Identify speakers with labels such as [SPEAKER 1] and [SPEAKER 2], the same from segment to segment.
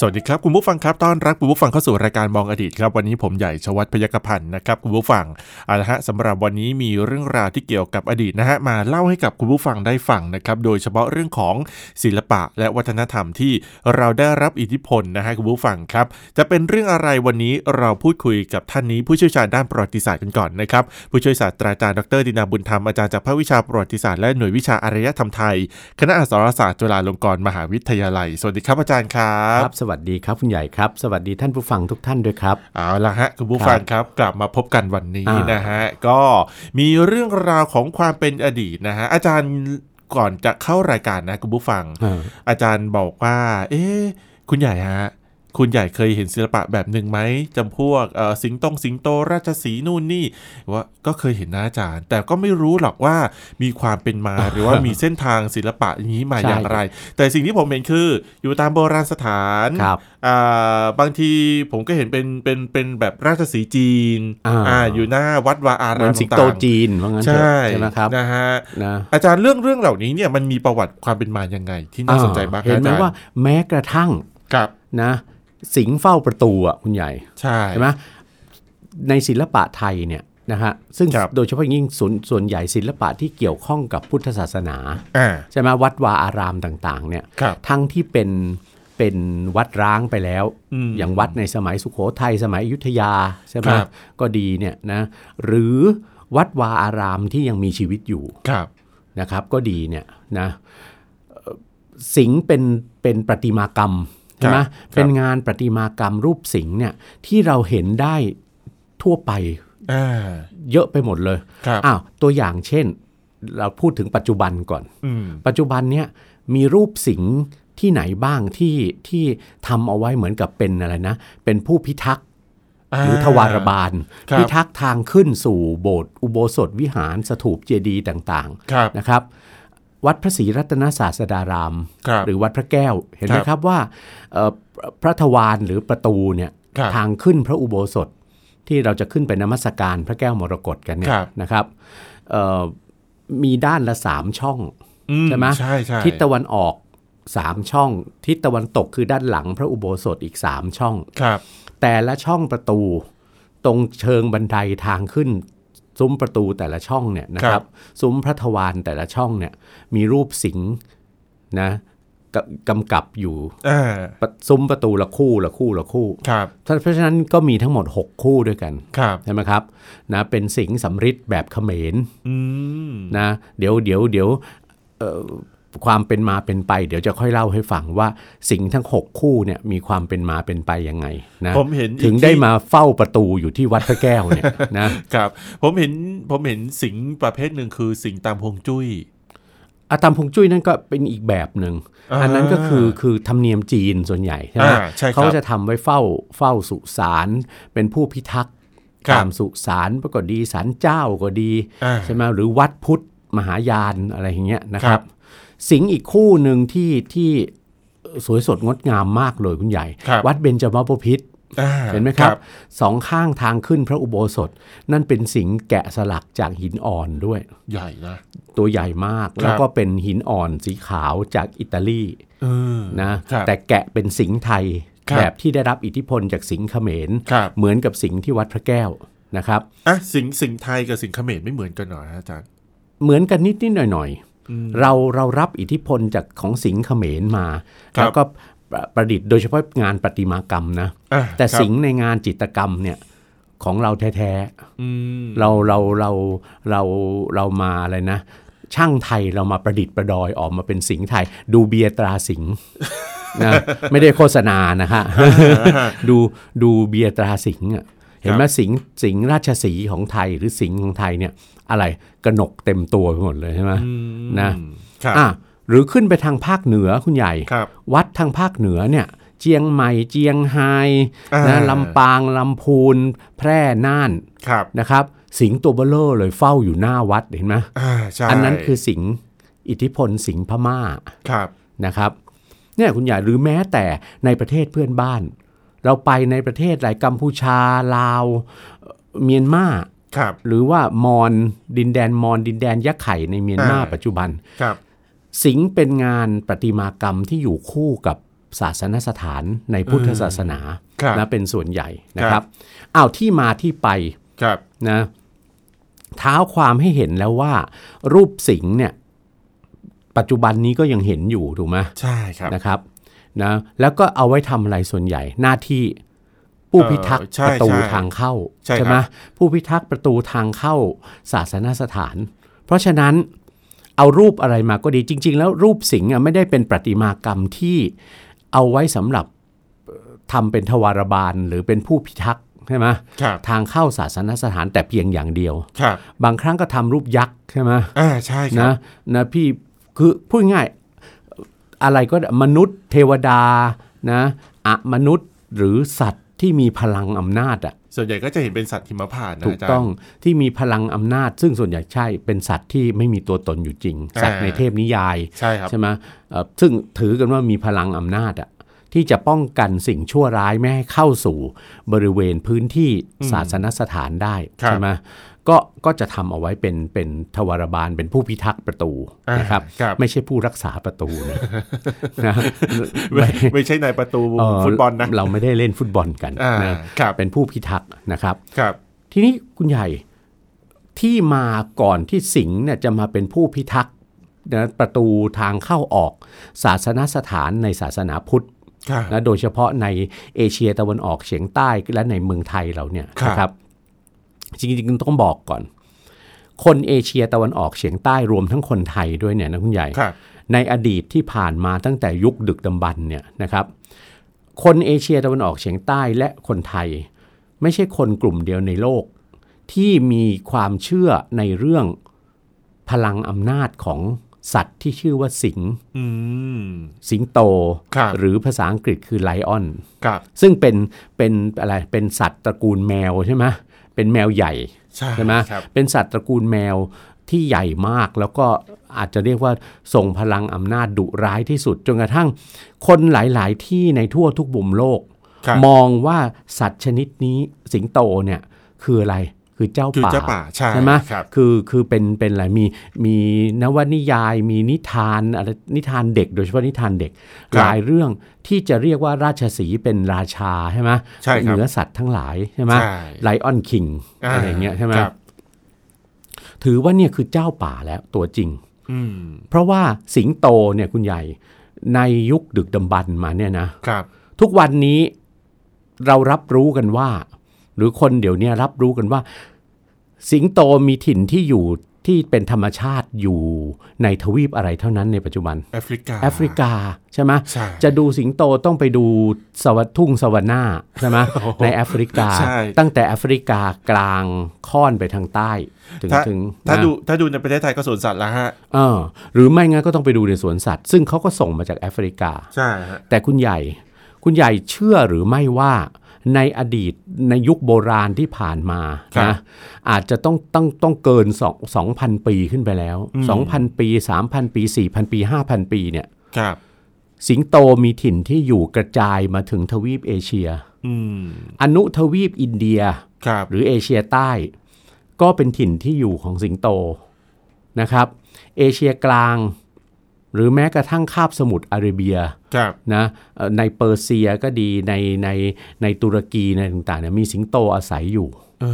[SPEAKER 1] สวัสดีครับ คุณผู้ฟังครับต้อนรับคุณผู้ฟังเข้าสู่รายการมองอดีตครับ วันนี้ผมใหญ่ชวัฒน์พยกพันธ์นะครับคุณผู้ฟังเอาละฮะสำหรับวันนี้มีเรื่องราวที่เกี่ยวกับอดีตนะฮะมาเล่าให้กับคุณผู้ฟังได้ฟังนะครับโดยเฉพาะเรื่องของศิลปะและวัฒนธรรมที่เราได้รับอิทธิพลนะฮะคุณผู้ฟังครับ จะเป็นเรื่องอะไรวันนี้เราพูดคุยกับท่านนี้ผู้เชี่ยวชาญด้านประวัติศาสตร์กันก่อนนะครับผู้ช่วยศาสตราจารย์ดรดินาบุญธรรมอาจารย์จากภาควิชาประวัติศาสตร์และหน่วยวิชาอารยธรรมไทย คณะอักษรศาสตร์จุฬาลงกรณ์มหาวิทยาลัย สวัสดีครับอาจารย์ครับ
[SPEAKER 2] ครับสวัสดีครับคุณใหญ่ครับ สวัสดีท่านผู้ฟังทุกท่านด้วยครับ
[SPEAKER 1] เอาละฮะคุณผู้ฟังครับกลับมาพบกันวันนี้
[SPEAKER 2] อ่าน
[SPEAKER 1] นะฮะก็มีเรื่องราวของความเป็นอดีตนะฮะอาจารย์ก่อนจะเข้ารายการนะคุณผู้ฟัง
[SPEAKER 2] เออ
[SPEAKER 1] อาจารย์บอกว่า เอ๊ะคุณใหญ่ฮะคุณใหญ่เคยเห็นศิลปะแบบหนึ่งไหมจำพวกเอ่อสิงตงสิงโตราชสีห์นู่นนี่ว่าก็เคยเห็นนะอาจารย์ แต่ก็ไม่รู้หรอกว่ามีความเป็น มา หรือว่ามีเส้นทางศิลปะอย่างนี้มาอย่างไร แต่สิ่งที่ผมเห็นคืออยู่ตามโบราณสถาน
[SPEAKER 2] ครับ
[SPEAKER 1] อ่าบางทีผมก็เห็นเป็นเป็นเป็นแบบราชสีห์จีน
[SPEAKER 2] อ่า
[SPEAKER 1] อยู่หน้าวัดวาอา
[SPEAKER 2] เห
[SPEAKER 1] รา
[SPEAKER 2] มือน
[SPEAKER 1] ม
[SPEAKER 2] สิงโต
[SPEAKER 1] าง
[SPEAKER 2] จีนว่างั้น
[SPEAKER 1] ๆ
[SPEAKER 2] เถอะ
[SPEAKER 1] ใช่
[SPEAKER 2] ใช่ไหมครับ
[SPEAKER 1] นะฮะ
[SPEAKER 2] นะ
[SPEAKER 1] อาจารย์เรื่องเรื่องเหล่านี้เนี่ยมันมีประวัติความเป็นมายังไง ที่น่าสนใจบ้าง
[SPEAKER 2] เห็นไห
[SPEAKER 1] อา
[SPEAKER 2] ม
[SPEAKER 1] จารย์
[SPEAKER 2] ว่าแม้กระทั่ง
[SPEAKER 1] ครับ
[SPEAKER 2] นะสิงเฝ้าประตูอ่ะคุณใหญ่
[SPEAKER 1] ใช่
[SPEAKER 2] ใช่ไหมในศิลปะไทยเนี่ยนะฮะซึ่ง
[SPEAKER 1] ครับ
[SPEAKER 2] โดยเฉพาะอย่างยิ่งส่วนส่วนใหญ่ศิลปะที่เกี่ยวข้องกับพุทธศาสนา
[SPEAKER 1] อ่า
[SPEAKER 2] ใช่ไหมวัดวาอารามต่างๆเนี่ย
[SPEAKER 1] ครับ
[SPEAKER 2] ทั้งที่เป็นเป็นวัดร้างไปแล้ว
[SPEAKER 1] อืม
[SPEAKER 2] อย่างวัดในสมัยสุโขทัยสมัยอยุธยาใช่ไหม
[SPEAKER 1] ครับ
[SPEAKER 2] ก็ดีเนี่ยนะหรือวัดวาอารามที่ยังมีชีวิตอยู่
[SPEAKER 1] ครับ
[SPEAKER 2] นะครับ ก็ดีเนี่ยนะเอ่อสิงห์เป็นเป็นประติมากรรมใช่ไหมเป็นงานประติมากรรมรูปสิงห์เนี่ยที่เราเห็นได้ทั่วไป
[SPEAKER 1] อ่า
[SPEAKER 2] เยอะไปหมดเลย
[SPEAKER 1] ครับ
[SPEAKER 2] อ้าวตัวอย่างเช่น เราพูดถึงปัจจุบันก่อน
[SPEAKER 1] อืม
[SPEAKER 2] ปัจจุบันเนี่ยมีรูปสิงห์ที่ไหนบ้างที่ที่ทำเอาไว้เหมือนกับเป็นอะไรนะ เป็นผู้พิทักษ์
[SPEAKER 1] า
[SPEAKER 2] หรือทวารบาล
[SPEAKER 1] ครับ
[SPEAKER 2] พิทักษ์ทางขึ้นสู่โบสถ์อุโบสถวิหารสถูปเจดีย์ต่าง
[SPEAKER 1] ครับ
[SPEAKER 2] ๆนะครับ วัดพระศรีรัตนศาสดาราม
[SPEAKER 1] ครับ
[SPEAKER 2] หรือวัดพระแก้วเห็นไหม
[SPEAKER 1] ครับ
[SPEAKER 2] ครับว่าเอ่อพระทวารหรือประตูเนี่ย
[SPEAKER 1] ครับ
[SPEAKER 2] ทางขึ้นพระอุโบสถที่เราจะขึ้นไปนมัสการพระแก้วมรกตกันเนี่
[SPEAKER 1] ค
[SPEAKER 2] ย
[SPEAKER 1] รับ
[SPEAKER 2] นะครับเอ่อมีด้านละสามช่อง
[SPEAKER 1] อื
[SPEAKER 2] ใช่ไหม
[SPEAKER 1] ใช่ใช่
[SPEAKER 2] ทิศตะวันออก 3 ช่อง ทิศตะวันตกคือด้านหลังพระอุโบสถอีก 3 ช่อง
[SPEAKER 1] ครับ
[SPEAKER 2] แต่ละช่องประตู ตรงเชิงบันไดทางขึ้น ซุ้มประตูแต่ละช่องเนี่ยนะครับ ซุ้มพระทวารแต่ละช่องเนี่ยมีรูปสิงห์นะกะกำกับอยู่
[SPEAKER 1] อ่า
[SPEAKER 2] ปะซุ้มประตูละคู่ละคู่ละคู่
[SPEAKER 1] ครับ
[SPEAKER 2] เพราะฉะนั้นก็มีทั้งหมด 6 คู่ด้วยกัน
[SPEAKER 1] ครับ
[SPEAKER 2] ใช่ไหมครับนะเป็นสิงห์สำริดแบบเขมร
[SPEAKER 1] อืม
[SPEAKER 2] นะเดี๋ยวเดี๋ยวเดี๋ยวเอ่อความเป็นมาเป็นไป เดี๋ยวจะค่อยเล่าให้ฟังว่าสิ่งทั้ง 6 คู่เนี่ยมีความเป็นมาเป็นไปยังไงนะ
[SPEAKER 1] ผมเห็นอีก
[SPEAKER 2] ถึงได้
[SPEAKER 1] ที่
[SPEAKER 2] มาเฝ้าประตูอยู่ที่วัดพระแก้วเนี่ยนะครับ
[SPEAKER 1] ผมเห็นผมเห็นสิงประเภทหนึ่งคือสิงตามพงจุ้ย
[SPEAKER 2] อาตามพงจุ้ยนั่นก็เป็นอีกแบบหนึ่ง
[SPEAKER 1] อ่า
[SPEAKER 2] อันนั้นก็คือคือธรรมเนียมจีนส่วนใหญ่ใช่ไหม
[SPEAKER 1] อ่าใช่ครับ
[SPEAKER 2] เขาจะทำไว้เฝ้าเฝ้าสุสานเป็นผู้พิทักษ์
[SPEAKER 1] ครับ
[SPEAKER 2] ตามสุสานก็ดีสารเจ้าก็ดี
[SPEAKER 1] อ่า
[SPEAKER 2] ใช่ไหมหรือวัดพุทธมหายานอะไรอย่างเงี้ยนะค
[SPEAKER 1] ครั
[SPEAKER 2] รับ
[SPEAKER 1] บ
[SPEAKER 2] สิงห์อีกคู่หนึ่งที่ที่สวยสดงดงามมากเลยคุณใหญ่
[SPEAKER 1] ครับ
[SPEAKER 2] วัดเบญจมาบพิษ
[SPEAKER 1] อ่า
[SPEAKER 2] เห็นไหมครับสองข้างทางขึ้นพระอุโบสถ นั่นเป็นสิงห์แกะสลักจากหินอ่อนด้วย
[SPEAKER 1] ใหญ่นะ
[SPEAKER 2] ตัวใหญ่มาก
[SPEAKER 1] ครับ
[SPEAKER 2] แล้วก็เป็นหินอ่อนสีขาวจากอิตาลี
[SPEAKER 1] เออ
[SPEAKER 2] นะครับ แต่แกะเป็นสิงห์ไทย
[SPEAKER 1] ครับ
[SPEAKER 2] แบบที่ได้รับอิทธิพลจากสิงห์เขมร
[SPEAKER 1] ครับ
[SPEAKER 2] เหมือนกับสิงห์ที่วัดพระแก้วนะครับ
[SPEAKER 1] อ่ะสิงสิงไทยกับสิงเขมรไม่เหมือนกันเหรอฮะอาจารย์
[SPEAKER 2] เหมือนกันนิดนิดหน่อยหน่อยๆ
[SPEAKER 1] อืม
[SPEAKER 2] เราเรารับอิทธิพลจากของสิงห์เขมรมา
[SPEAKER 1] ครับ
[SPEAKER 2] แล้วก็ประประดิษฐ์โดยเฉพาะงานประติมากรรมนะ
[SPEAKER 1] อ่ะ
[SPEAKER 2] แต่
[SPEAKER 1] ครับ
[SPEAKER 2] สิงห์ในงานจิตรกรรมเนี่ยของเราแท้
[SPEAKER 1] อืม
[SPEAKER 2] ๆเราเราเราเราเรามาอะไรนะ ช่างไทยเรามาประดิษฐ์ประดอยออกมาเป็นสิงห์ไทย ดูเบียร์ตราสิงห์นะ ไม่ได้โฆษณานะ ฮะ ดูดูเบียร์ตราสิงห์อะเห็นไหมสิงห์สิงห์ราชสีห์ของไทยหรือสิงห์ของไทยเนี่ย อะไรกระหนกเต็มตัวไปหมดเลยใช่ไหม
[SPEAKER 1] อืม
[SPEAKER 2] นะ
[SPEAKER 1] ครับ
[SPEAKER 2] อ่ะหรือขึ้นไปทางภาคเหนือคุณใหญ่
[SPEAKER 1] ครับ
[SPEAKER 2] วัดทางภาคเหนือเนี่ยเจียงใหม่เจียงไฮ
[SPEAKER 1] อ่า
[SPEAKER 2] นะลำปางลำพูน แพร่น่าน
[SPEAKER 1] ครับ
[SPEAKER 2] นะครับ สิงห์ตัวเบลเลอร์เลยเฝ้าอยู่หน้าวัดเห็นไหม
[SPEAKER 1] อ่าใช่
[SPEAKER 2] อั
[SPEAKER 1] อั
[SPEAKER 2] นนั้นคือสิงห์อิทธิพลสิงห์พม่า
[SPEAKER 1] ครับ
[SPEAKER 2] นะครับเนี่ยคุณใหญ่หรือแม้แต่ในประเทศเพื่อนบ้าน เราไปในประเทศหลายกัมพูชาลาวเอ่อเมียนมา
[SPEAKER 1] ครับ
[SPEAKER 2] หรือว่ามอนดินแดนมอนดินแดนยักษ์ไข่ในเมียนมา
[SPEAKER 1] อ่า
[SPEAKER 2] ปัจจุบัน
[SPEAKER 1] ครับ
[SPEAKER 2] สิงห์เป็นงานประติมากรรมที่อยู่คู่กับศาสนสถานในพุทธศาสนา
[SPEAKER 1] ครับ
[SPEAKER 2] นะเป็นส่วนใหญ่นะ
[SPEAKER 1] ค
[SPEAKER 2] ค
[SPEAKER 1] รั
[SPEAKER 2] รับบ อ้าวที่มาที่ไป
[SPEAKER 1] ครับ
[SPEAKER 2] นะเท้าความให้เห็นแล้วว่า รูปสิงห์เนี่ย ปัจจุบันนี้ก็ยังเห็นอยู่ถูกไหม
[SPEAKER 1] ใช่ครับ
[SPEAKER 2] นะครับนะแล้วก็เอาไว้ทำอะไรส่วนใหญ่หน้าที่ผู้พิทักษ์
[SPEAKER 1] เอ่อใช่
[SPEAKER 2] ประตู
[SPEAKER 1] ใช่
[SPEAKER 2] ทางเข้า
[SPEAKER 1] ใช่ครับ
[SPEAKER 2] ไหมผู้พิทักษ์ประตูทางเข้าศาสนสถาน เพราะฉะนั้นเอารูปอะไรมาก็ดีจริง ๆ แล้วรูปสิงห์อะไม่ได้เป็นประติมากรรมที่เอาไว้สำหรับเอ่อทำเป็นทวารบาลหรือเป็นผู้พิทักษ์ใช่ไหม
[SPEAKER 1] ครับ
[SPEAKER 2] ทางเข้าศาสนสถานแต่เพียงอย่างเดียว
[SPEAKER 1] ครับ
[SPEAKER 2] บางครั้งก็ทำรูปยักษ์ใช่ไหม
[SPEAKER 1] อ่าใช่ครั
[SPEAKER 2] นะ
[SPEAKER 1] บ
[SPEAKER 2] นะพี่คือพูดง่ายๆอะไรก็ได้มนุษย์ เทวดานะอะมนุษย์หรือสัตว์ที่มีพลังอำนาจอะ
[SPEAKER 1] ส่วนใหญ่ก็จะเห็นเป็นสัตว์หิมพานต์นะ
[SPEAKER 2] ถูก
[SPEAKER 1] อาจารย์
[SPEAKER 2] ต้องที่มีพลังอำนาจ ซึ่งส่วนใหญ่ใช่เป็นสัตว์ที่ไม่มีตัวตนอยู่จริง
[SPEAKER 1] อ่า
[SPEAKER 2] สัตว์ในเทพนิยาย
[SPEAKER 1] ใช่ครับ
[SPEAKER 2] ใช่ไหมเอ่อซึ่งถือกันว่ามีพลังอำนาจอะที่จะป้องกันสิ่งชั่วร้ายไม่ให้เข้าสู่บริเวณพื้นที่ศาสนสถานได้
[SPEAKER 1] ครับ
[SPEAKER 2] ใช่ไหมก็ก็จะทำเอาไว้เป็นเป็นทวารบาลเป็นผู้พิทักษ์ประตู
[SPEAKER 1] อ่าน
[SPEAKER 2] นะครับ
[SPEAKER 1] ครับ
[SPEAKER 2] ไม่ใช่ผู้รักษาประตู นะ นะ
[SPEAKER 1] ไม่ไม่ใช่ในายประตู
[SPEAKER 2] เอ่อ
[SPEAKER 1] ฟุตบอลนะ
[SPEAKER 2] เราไม่ได้เล่นฟุตบอลกัน
[SPEAKER 1] อ่า
[SPEAKER 2] นะครับ เป็นผู้พิทักษ์นะครับ
[SPEAKER 1] ครับ
[SPEAKER 2] ทีนี้คุณใหญ่ที่มาก่อนที่สิงห์เนี่ยจะมาเป็นผู้พิทักษ์นะประตูทางเข้าออก ศาสนสถานในศาสนาพุทธ
[SPEAKER 1] ครับ
[SPEAKER 2] นะโดยเฉพาะในเอเชียตะวันออกเฉียงใต้และในเมืองไทยเราเนี่ย
[SPEAKER 1] ครับ
[SPEAKER 2] นะครับ จริงๆต้องบอกก่อน คนเอเชียตะวันออกเฉียงใต้รวมทั้งคนไทยด้วยเนี่ยนะคุณใหญ่
[SPEAKER 1] ครับ
[SPEAKER 2] ในอดีตที่ผ่านมาตั้งแต่ยุคดึกดำบรรพ์เนี่ยนะครับ คนเอเชียตะวันออกเฉียงใต้และคนไทย ไม่ใช่คนกลุ่มเดียวในโลก ที่มีความเชื่อในเรื่องพลังอำนาจของสัตว์ที่ชื่อว่าสิงห์
[SPEAKER 1] อืม
[SPEAKER 2] สิงโต
[SPEAKER 1] ครับ
[SPEAKER 2] หรือภาษาอังกฤษคือไลออน
[SPEAKER 1] ครับ
[SPEAKER 2] ซึ่งเป็นเป็นอะไรเป็นสัตว์ตระกูลแมวใช่ไหมเป็นแมวใหญ่
[SPEAKER 1] ใช่
[SPEAKER 2] ใช่ไหม
[SPEAKER 1] ครับ
[SPEAKER 2] เป็นสัตว์ตระกูลแมวที่ใหญ่มากแล้วก็อาจจะเรียกว่าส่งพลังอำนาจดุร้ายที่สุดจนกระทั่งคนหลาย ๆ ที่ในทั่วทุกมุมโลก
[SPEAKER 1] ครับ
[SPEAKER 2] มองว่าสัตว์ชนิดนี้สิงโตเนี่ยคืออะไรคือเจ้า
[SPEAKER 1] คือ
[SPEAKER 2] ป่า
[SPEAKER 1] เจ้าป่าใช่
[SPEAKER 2] ใช่ไหม
[SPEAKER 1] ครับ
[SPEAKER 2] คือคือเป็นเป็นอะไรมีมีนวนิยาย มีนิทานอะไรนิทานเด็ก โดยเฉพาะนิทานเด็ก
[SPEAKER 1] ครับ
[SPEAKER 2] หลายเรื่องที่จะเรียกว่าราชสีห์เป็นราชาใช่ไหม
[SPEAKER 1] ใช่ครับ
[SPEAKER 2] เหนือสัตว์ทั้งหลายใช่ไหม
[SPEAKER 1] ใช่
[SPEAKER 2] ไลออนคิงอะไรอย่างเงี้ยใช่ไหม
[SPEAKER 1] ครับ
[SPEAKER 2] ถือว่าเนี่ยคือเจ้าป่าแล้วตัวจริง
[SPEAKER 1] อืม
[SPEAKER 2] เพราะว่าสิงโตเนี่ยคุณใหญ่ในยุคดึกดำบรรพ์มาเนี่ยนะ
[SPEAKER 1] ครับ
[SPEAKER 2] ทุกวันนี้เรารับรู้กันว่า หรือคนเดี๋ยวเนี้รับรู้กันว่า สิงโตมีถิ่นที่อยู่ที่เป็นธรรมชาติอยู่ในทวีปอะไรเท่านั้นในปัจจุบัน
[SPEAKER 1] แอฟริกา
[SPEAKER 2] แอฟริกาใช่ไหม
[SPEAKER 1] ใช่
[SPEAKER 2] จะดูสิงโตต้องไปดูสวัสทุ่งสวรรนาใช่ไหม ในแอฟริกา
[SPEAKER 1] ใช่
[SPEAKER 2] ตั้งแต่แอฟริกากลางค่อนไปทางใต้ ถึง
[SPEAKER 1] ถ้า
[SPEAKER 2] ถึง
[SPEAKER 1] ถ้า
[SPEAKER 2] นะ
[SPEAKER 1] ดูถ้าดูในประเทศไทยก็สวนสัตว์ละฮะ
[SPEAKER 2] เออหรือไม่งั้นก็ต้องไปดูในสวนสัตว์ ซึ่งเขาก็ส่งมาจากแอฟริกา
[SPEAKER 1] ใช่ฮะ
[SPEAKER 2] แต่คุณใหญ่ คุณใหญ่เชื่อหรือไม่ว่าในอดีตในยุคโบราณที่ผ่านมานะอาจจะต้องต้องต้องเกิน2 2,000 ปีขึ้นไปแล้ว 2,000 ปี 3,000 ปี 4,000 ปี 5,000 ปีเนี่ย
[SPEAKER 1] ครับ
[SPEAKER 2] สิงโตมีถิ่นที่อยู่กระจายมาถึงทวีปเอเชีย
[SPEAKER 1] อืม
[SPEAKER 2] อนุทวีปอินเดีย
[SPEAKER 1] ครับ
[SPEAKER 2] หรือเอเชียใต้ ก็เป็นถิ่นที่อยู่ของสิงโตนะครับเอเชียกลาง หรือแม้กระทั่งคาบสมุทรอาระเบีย
[SPEAKER 1] ครับ
[SPEAKER 2] นะเอ่อในเปอร์เซียก็ดีในในในตุรกีในต่างๆเนี่ยมีสิงโตอาศัยอยู่
[SPEAKER 1] เอ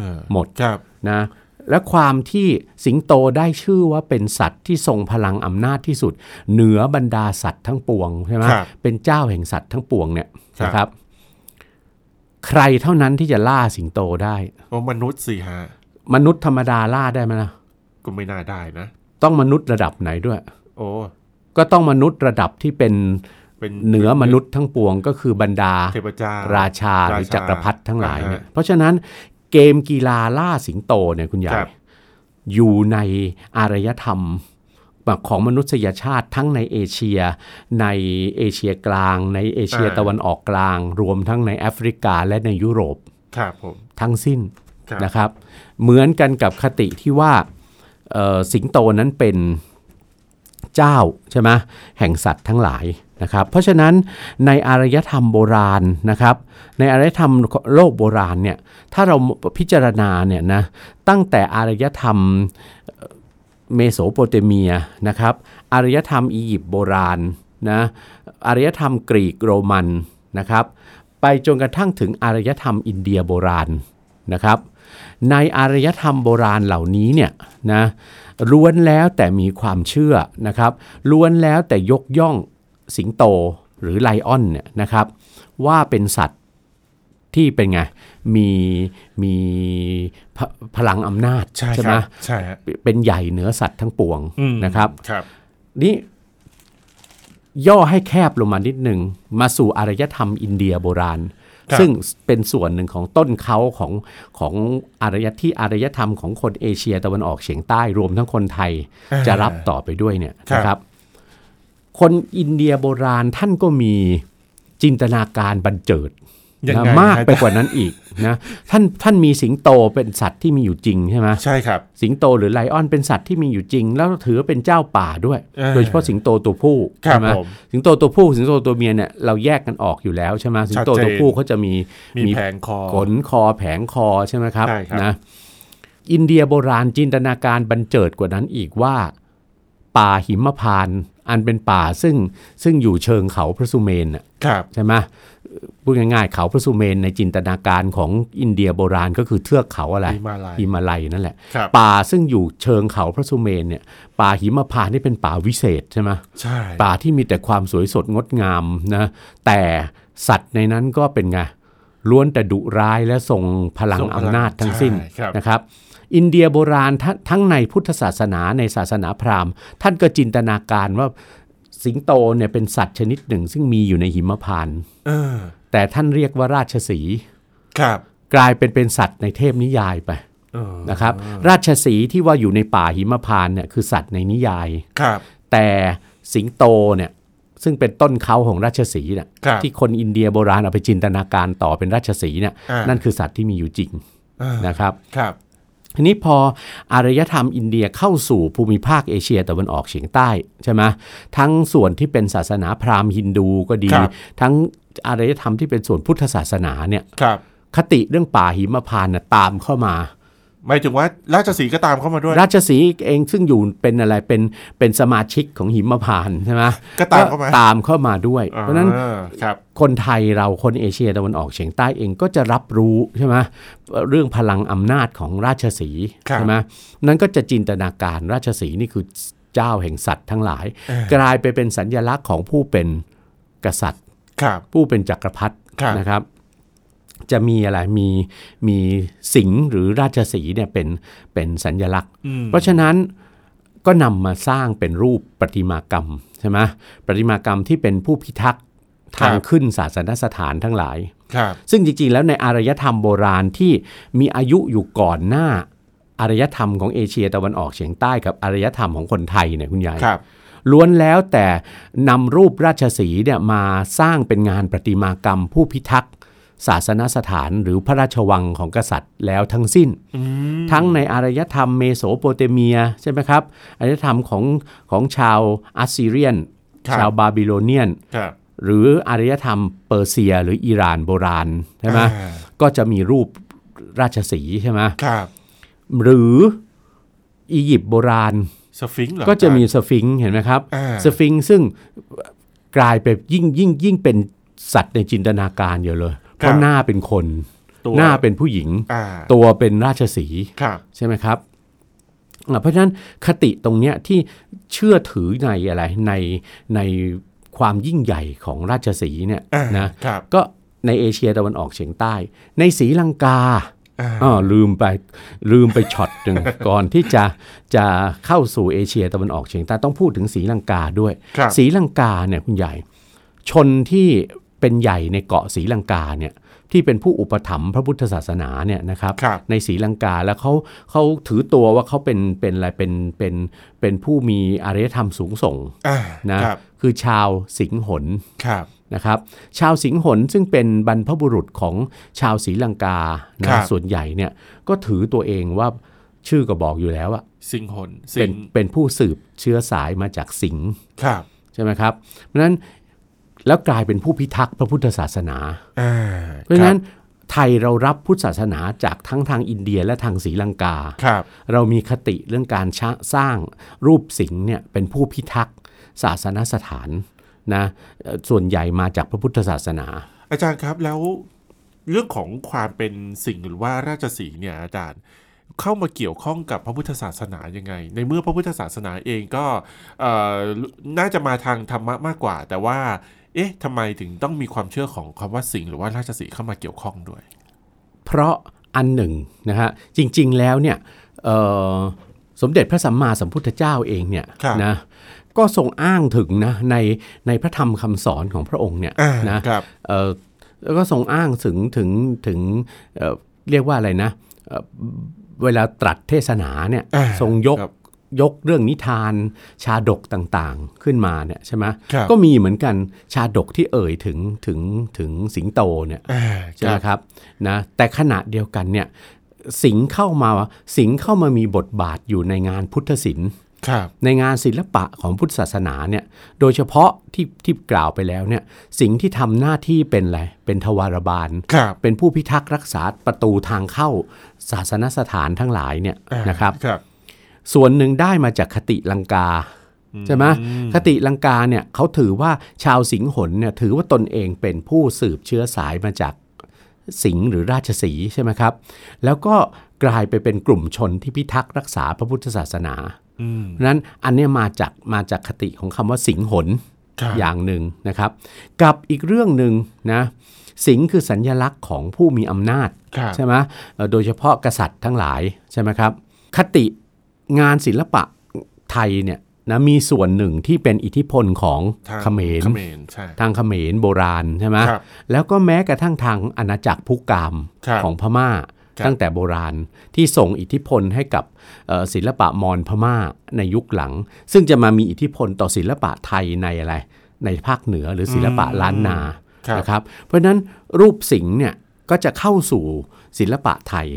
[SPEAKER 1] อ
[SPEAKER 2] หมด
[SPEAKER 1] ครับ
[SPEAKER 2] นะและความที่สิงโตได้ชื่อว่าเป็นสัตว์ที่ทรงพลังอำนาจที่สุด เหนือบรรดาสัตว์ทั้งปวงใช่ไหม
[SPEAKER 1] ครับ
[SPEAKER 2] เป็นเจ้าแห่งสัตว์ทั้งปวงเนี่ย
[SPEAKER 1] ครับ
[SPEAKER 2] นะครับ ใครเท่านั้นที่จะล่าสิงโตได้
[SPEAKER 1] โอ้มนุษย์สิฮะ
[SPEAKER 2] มนุษย์ธรรมดาล่าได้ไหมนะ
[SPEAKER 1] ก็ไม่น่าได้นะ
[SPEAKER 2] ต้องมนุษย์ระดับไหนด้วย
[SPEAKER 1] โอ้
[SPEAKER 2] ก็ต้องมนุษย์ระดับที่เป็น
[SPEAKER 1] เป็น
[SPEAKER 2] เหนือมนุษย์ทั้งปวง ก็คือบรรดา
[SPEAKER 1] เทพเจ้า
[SPEAKER 2] ราชาห
[SPEAKER 1] ราชา
[SPEAKER 2] รือจักรพรรดิทั้งหลายเนี่ย
[SPEAKER 1] อ่าฮะ
[SPEAKER 2] เพราะฉะนั้นเกมกีฬาล่าสิงโตเนี่ยคุณใหญ่
[SPEAKER 1] ครับ
[SPEAKER 2] อยู่ในอารยธรรมของมนุษยชาติทั้งในเอเชีย ในเอเชียกลาง ในเอเชียตะวันออกกลาง รวมทั้งในแอฟริกาและในยุโรป
[SPEAKER 1] ครับผม
[SPEAKER 2] ทั้งสิ้น
[SPEAKER 1] ครับ
[SPEAKER 2] นะครับ เหมือนกันกับคติที่ว่าเอ่อสิงโตนั้นเป็นเจ้าใช่ไหมแห่งสัตว์ทั้งหลายนะครับ เพราะฉะนั้นในอารยธรรมโบราณนะครับ ในอารยธรรมโลกโบราณเนี่ยถ้าเราพิจารณาเนี่ยนะตั้งแต่อารยธรรม เมโสโปเตเมียนะครับ อารยธรรมอียิปต์โบราณนะอารยธรรมกรีกโรมันนะครับ ไปจนกระทั่งถึงอารยธรรมอินเดียโบราณนะครับ ในอารยธรรมโบราณเหล่านี้เนี่ยนะล้วนแล้วแต่มีความเชื่อนะครับ ล้วนแล้วแต่ยกย่องสิงโตหรือไลออนเนี่ยนะครับ ว่าเป็นสัตว์ที่เป็นไงมีมีพพลังอำนาจ
[SPEAKER 1] ใช่ค
[SPEAKER 2] ไหม
[SPEAKER 1] รับใช่ฮะ
[SPEAKER 2] เป็นใหญ่เหนือสัตว์ทั้งปวง
[SPEAKER 1] อืม
[SPEAKER 2] นะครับ
[SPEAKER 1] ครับ
[SPEAKER 2] นี่ย่อให้แคบลงมานิดหนึ่งมาสู่อารยธรรมอินเดียโบราณ
[SPEAKER 1] ครับ
[SPEAKER 2] ซึ่งเป็นส่วนหนึ่งของต้นเขาของของอารยที่อารยธรรมของคนเอเชียตะวันออกเฉียงใต้รวมทั้งคนไทย
[SPEAKER 1] า
[SPEAKER 2] จะรับต่อไปด้วยเนี่ย
[SPEAKER 1] ครับ
[SPEAKER 2] นะครับ คนอินเดียโบราณท่านก็มีจินตนาการบันเจิด
[SPEAKER 1] ยัง
[SPEAKER 2] นะ
[SPEAKER 1] ไง
[SPEAKER 2] มาก
[SPEAKER 1] ฮะ
[SPEAKER 2] ไปกว่านั้นอีกนะท่านท่านมีสิงโตเป็นสัตว์ที่มีอยู่จริงใช่ไหม
[SPEAKER 1] ใช่ครับ
[SPEAKER 2] สิงโตหรือไลออนเป็นสัตว์ที่มีอยู่จริง แล้วถือว่าเป็นเจ้าป่าด้วย
[SPEAKER 1] เออ
[SPEAKER 2] โดยเฉพาะสิงโตตัวผู้
[SPEAKER 1] ครับ
[SPEAKER 2] ใช่ไหม
[SPEAKER 1] ผม
[SPEAKER 2] สิงโตตัวผู้ สิงโตตัวเมียเนี่ยเราแยกกันออกอยู่แล้วใช่ไหมสิงโตตัวผู้
[SPEAKER 1] ชัดเจน
[SPEAKER 2] เขาจะมี
[SPEAKER 1] มีแผงคอ
[SPEAKER 2] ขนคอแผงคอใช่ไหมครับ
[SPEAKER 1] ใช่ครับ
[SPEAKER 2] นะอินเดียโบราณจินตนาการบันเจิดกว่านั้นอีกว่า ป่าหิมพานต์อันเป็นป่าซึ่งซึ่งอยู่เชิงเขาพระสุเมนน่ะ
[SPEAKER 1] ครับ
[SPEAKER 2] ใช่ไหมพูดง่ายๆ เขาพระสุเมนในจินตนาการของอินเดียโบราณก็คือเทือกเขาอะไร
[SPEAKER 1] มีมาลาย
[SPEAKER 2] หิมาลัยนั่นแหละ
[SPEAKER 1] ครับ
[SPEAKER 2] ป่าซึ่งอยู่เชิงเขาพระสุเมนเนี่ยป่าหิมพานต์นี่เป็นป่าวิเศษใช่ไหม
[SPEAKER 1] ใช่
[SPEAKER 2] ป่าที่มีแต่ความสวยสดงดงามนะแต่สัตว์ในนั้นก็เป็นไงล้วนแต่ดุร้ายและทรงพลัง
[SPEAKER 1] ทรพ
[SPEAKER 2] อำนาจทั้งสิ้น
[SPEAKER 1] ใช่ครับ
[SPEAKER 2] นะครับ อินเดียโบราณทัทั้งในพุทธศาสนาในศาสนาพราหมณ์ ท่านก็จินตนาการว่าสิงโตเนี่ยเป็นสัตว์ชนิดหนึ่ง ซึ่งมีอยู่ในหิมพานต์
[SPEAKER 1] เออ
[SPEAKER 2] แต่ท่านเรียกว่าราชสีห์
[SPEAKER 1] ครับ
[SPEAKER 2] กลายเป็นเป็นสัตว์ในเทพนิยายไป
[SPEAKER 1] เออ
[SPEAKER 2] นะครับ ราชสีห์ที่ว่าอยู่ในป่าหิมพานต์เนี่ยคือสัตว์ในนิยาย
[SPEAKER 1] ครับ
[SPEAKER 2] แต่สิงโตเนี่ยซึ่งเป็นต้นเขาของราชสีห์เนี่ย
[SPEAKER 1] ครับ
[SPEAKER 2] ที่คนอินเดียโบราณเอาไปจินตนาการต่อเป็นราชสีห์เนี่ย
[SPEAKER 1] อ่านั่
[SPEAKER 2] นั่นคือสัตว์ที่มีอยู่จริง
[SPEAKER 1] เออ
[SPEAKER 2] นะครับ
[SPEAKER 1] ครับ
[SPEAKER 2] ทีนี้พออารยธรรมอินเดียเข้าสู่ภูมิภาคเอเชียตะวันออกเฉียงใต้ใช่ไหมทั้งส่วนที่เป็นศาสนาพราหมณ์ฮินดูก็ดี
[SPEAKER 1] ครับ
[SPEAKER 2] ทั้งอารยธรรมที่เป็นส่วนพุทธศาสนาเนี่ย
[SPEAKER 1] ครับ
[SPEAKER 2] คติเรื่องป่าหิมพานต์น่ะตามเข้ามา
[SPEAKER 1] หมายถึงว่าราชสีห์ก็ตามเข้ามาด้วย
[SPEAKER 2] ราชสีห์เองซึ่งอยู่เป็นอะไรเป็นเป็นสมาชิกของหิมพานต์ใช่ไหม
[SPEAKER 1] ก็ตามเข้ามา
[SPEAKER 2] ตามเข้ามาด้วย
[SPEAKER 1] อ่
[SPEAKER 2] เพราะฉะนั้น
[SPEAKER 1] ครับ
[SPEAKER 2] คนไทยเราคนเอเชียตะวันออกเฉียงใต้เองก็จะรับรู้ใช่ไหมเรื่องพลังอำนาจของราชสีห์
[SPEAKER 1] ครับ
[SPEAKER 2] ใช่ไหมนั้นก็จะจินตนาการราชสีห์นี่คือเจ้าแห่งสัตว์ทั้งหลาย กลายไปเป็นสัญญลักษณ์ของผู้เป็นกษัตริย์
[SPEAKER 1] ครับ
[SPEAKER 2] ผู้เป็นจักรพรรดิ
[SPEAKER 1] ครับ
[SPEAKER 2] นะครับ จะมีอะไรมีมีสิงห์หรือราชสีห์เนี่ยเป็นเป็นสัญญลักษณ์
[SPEAKER 1] อืม
[SPEAKER 2] เพราะฉะนั้นก็นำมาสร้างเป็นรูปประติมากรรมใช่ไหมประติมากรรมที่เป็นผู้พิทักษ์ทางขึ้นศาสนสถานทั้งหลาย
[SPEAKER 1] ครับ
[SPEAKER 2] ซึ่งจริงๆ แล้วในอารยธรรมโบราณที่มีอายุอยู่ก่อนหน้า อารยธรรมของเอเชียตะวันออกเฉียงใต้กับอารยธรรมของคนไทยเนี่ยคุณยาย
[SPEAKER 1] ครับ
[SPEAKER 2] ล้วนแล้วแต่นำรูปราชสีห์เนี่ยมาสร้างเป็นงานประติมากรรม ผู้พิทักษ์ศาสนสถานหรือพระราชวังของกษัตริย์แล้วทั้งสิ้น ทั้งในอารยธรรมเมโสโปเตเมียใช่ไหมครับอารยธรรมของของชาวอัสซีเรียน
[SPEAKER 1] ครับ
[SPEAKER 2] ชาวบาบิโลเนียน
[SPEAKER 1] ครับ
[SPEAKER 2] หรืออารยธรรมเปอร์เซียหรืออิหร่านโบราณใช่ไหม
[SPEAKER 1] อ่า
[SPEAKER 2] ก็จะมีรูปราชสีห์ใช่ไหม
[SPEAKER 1] ครับ
[SPEAKER 2] หรืออียิปต์โบราณ
[SPEAKER 1] สฟิงค์เหรอ
[SPEAKER 2] ก็จะมี
[SPEAKER 1] อา
[SPEAKER 2] สฟิงค์เห็นไหมครับ
[SPEAKER 1] จารย์
[SPEAKER 2] สฟิงซ์ซึ่งกลายไปยิ่งยิ่งยิ่งเป็นสัตว์ในจินตนาการเยอะเลย เพราะหน้าเป็นคน
[SPEAKER 1] ตัว
[SPEAKER 2] หน้าเป็นผู้หญิง
[SPEAKER 1] อ่า
[SPEAKER 2] ตัวเป็นราชสีห์
[SPEAKER 1] ครับ
[SPEAKER 2] ใช่ไหมครับอ่ะเพราะฉะนั้นคติตรงเนี้ยที่เชื่อถือในอะไรในในความยิ่งใหญ่ของราชสีห์เนี่ย
[SPEAKER 1] อ่า
[SPEAKER 2] นะครับ ก็ในเอเชียตะวันออกเฉียงใต้ ในศรีลังกา
[SPEAKER 1] อ่า
[SPEAKER 2] อ๋อลืมไปลืมไปช็อตห นึ่ง ก่อนที่จะจะเข้าสู่เอเชียตะวันออกเฉียงใต้ต้องพูดถึงศรีลังกาด้วย
[SPEAKER 1] ครับ
[SPEAKER 2] ศรีลังกาเนี่ยคุณใหญ่ชนที่เป็นใหญ่ในเกาะศรีลังกาเนี่ยที่เป็นผู้อุปถัมภ์พระพุทธศาสนาเนี่ยนะครับ
[SPEAKER 1] ครับ
[SPEAKER 2] ในศรีลังกาแล้วเขาเขาถือตัวว่าเขาเป็นเป็นอะไรเป็นเป็นเป็นผู้มีอารยธรรมสูงส่ง
[SPEAKER 1] อ่า
[SPEAKER 2] นะครับ คือชาวสิงหน
[SPEAKER 1] ครับ
[SPEAKER 2] นะครับ ชาวสิงหนซึ่งเป็นบรรพบุรุษของชาวศรีลังกานะครับ ส่วนใหญ่เนี่ยก็ถือตัวเองว่าชื่อก็บอกอยู่แล้วอะ
[SPEAKER 1] สิงหนสิ
[SPEAKER 2] เป็น
[SPEAKER 1] ง
[SPEAKER 2] เป็นผู้สืบเชื้อสายมาจากสิงห์
[SPEAKER 1] ครับ
[SPEAKER 2] ใช่ไหมครับ เพราะฉะนั้นแล้วกลายเป็นผู้พิทักษ์พระพุทธศาสนา
[SPEAKER 1] อ่า
[SPEAKER 2] เพราะฉะนั้นไทยเรารับพุทธศาสนาจากทั้งทางอินเดียและทางศรีลังกา
[SPEAKER 1] ครับ
[SPEAKER 2] เรามีคติเรื่องการชะสร้างรูปสิงห์เนี่ยเป็นผู้พิทักษ์ศาสนสถานนะเอ่อส่วนใหญ่มาจากพระพุทธศาสนา
[SPEAKER 1] อาจารย์ครับแล้วเรื่องของความเป็นสิ่งห์หรือว่าราชสีห์เนี่ยอาจารย์เข้ามาเกี่ยวข้องกับพระพุทธศาสนายังไง ในเมื่อพระพุทธศาสนาเองก็เอ่อน่าจะมาทางธรรมะมากกว่า แต่ว่า เอ๊ะทำไมถึงต้องมีความเชื่อของคำว่าสิงห์หรือว่าราชสีห์เข้ามาเกี่ยวข้องด้วย
[SPEAKER 2] เพราะอันหนึ่งนะฮะจริงๆแล้วเนี่ยเอ่อสมเด็จพระสัมมาสัมพุทธเจ้าเองเนี่ย
[SPEAKER 1] ครับ
[SPEAKER 2] นะก็ทรงอ้างถึงนะในในพระธรรมคำสอนของพระองค์เนี่ย
[SPEAKER 1] อ่า
[SPEAKER 2] นะครับ เอ่อแล้วก็ทรงอ้างถึงถึงถึงเอ่อเรียกว่าอะไรนะเอ่อเวลาตรัสเทศนาเนี่ย
[SPEAKER 1] อ่า
[SPEAKER 2] ทรงยก
[SPEAKER 1] ครับ
[SPEAKER 2] ยกเรื่องนิทานชาดกต่างๆขึ้นมาเนี่ยใช่ไหม
[SPEAKER 1] ครับ
[SPEAKER 2] ก็มีเหมือนกันชาดกที่เอ่ยถึงถึงถึงสิงโตเนี่ย
[SPEAKER 1] อ่า
[SPEAKER 2] ใช่ไหมครับนะแต่ขณะเดียวกันเนี่ยสิงห์เข้ามาสิงห์เข้ามามีบทบาทอยู่ในงานพุทธศิลป์
[SPEAKER 1] ครับ
[SPEAKER 2] ในงานศิลปะของพุทธศาสนาเนี่ยโดยเฉพาะที่ที่กล่าวไปแล้วเนี่ยสิงห์ที่ทำหน้าที่เป็นอะไรเป็นทวารบาล
[SPEAKER 1] ครับ
[SPEAKER 2] เป็นผู้พิทักษ์รักษาประตูทางเข้าศาสนสถานทั้งหลายเนี่ย
[SPEAKER 1] อ่า
[SPEAKER 2] นะครับ
[SPEAKER 1] ครับ
[SPEAKER 2] ส่วนหนึ่งได้มาจากคติลังกาใช่ไหมคติลังกาเนี่ยเขาถือว่าชาวสิงหนเนี่ยถือว่าตนเองเป็นผู้สืบเชื้อสายมาจากสิงห์หรือราชสีห์ใช่ไหมครับ แล้วก็กลายไปเป็นกลุ่มชนที่พิทักษ์รักษาพระพุทธศาสนา
[SPEAKER 1] อืม
[SPEAKER 2] เพราะฉะนั้นอันเนี้ยมาจากมาจากคติของคำว่าสิงหน
[SPEAKER 1] ครับ
[SPEAKER 2] อย่างหนึ่งนะครับ กับอีกเรื่องหนึ่งนะสิงห์คือสัญญลักษณ์ของผู้มีอำนาจ
[SPEAKER 1] ครับ
[SPEAKER 2] ใช่ไหมเอ่อโดยเฉพาะกษัตริย์ทั้งหลายใช่ไหมครับ คติงานศิลปะไทยเนี่ยนะมีส่วนหนึ่งที่เป็นอิทธิพลของ
[SPEAKER 1] ทาง
[SPEAKER 2] เขมร
[SPEAKER 1] เขมรใช่
[SPEAKER 2] ทางเขมรโบราณใช่ไหม
[SPEAKER 1] ครับ
[SPEAKER 2] แล้วก็แม้กระทั่งทางอาณาจักรพุกาม
[SPEAKER 1] ครับ
[SPEAKER 2] ของพม่า
[SPEAKER 1] ครับ
[SPEAKER 2] ตั้งแต่โบราณที่ส่งอิทธิพลให้กับเอ่อศิลปะมอญพม่าในยุคหลัง ซึ่งจะมามีอิทธิพลต่อศิลปะไทยในอะไรในภาคเหนือหรือศิลปะล้านนา
[SPEAKER 1] ครับ
[SPEAKER 2] นะครับเพราะฉะนั้นรูปสิงห์เนี่ยก็จะเข้าสู่ศิลปะไทย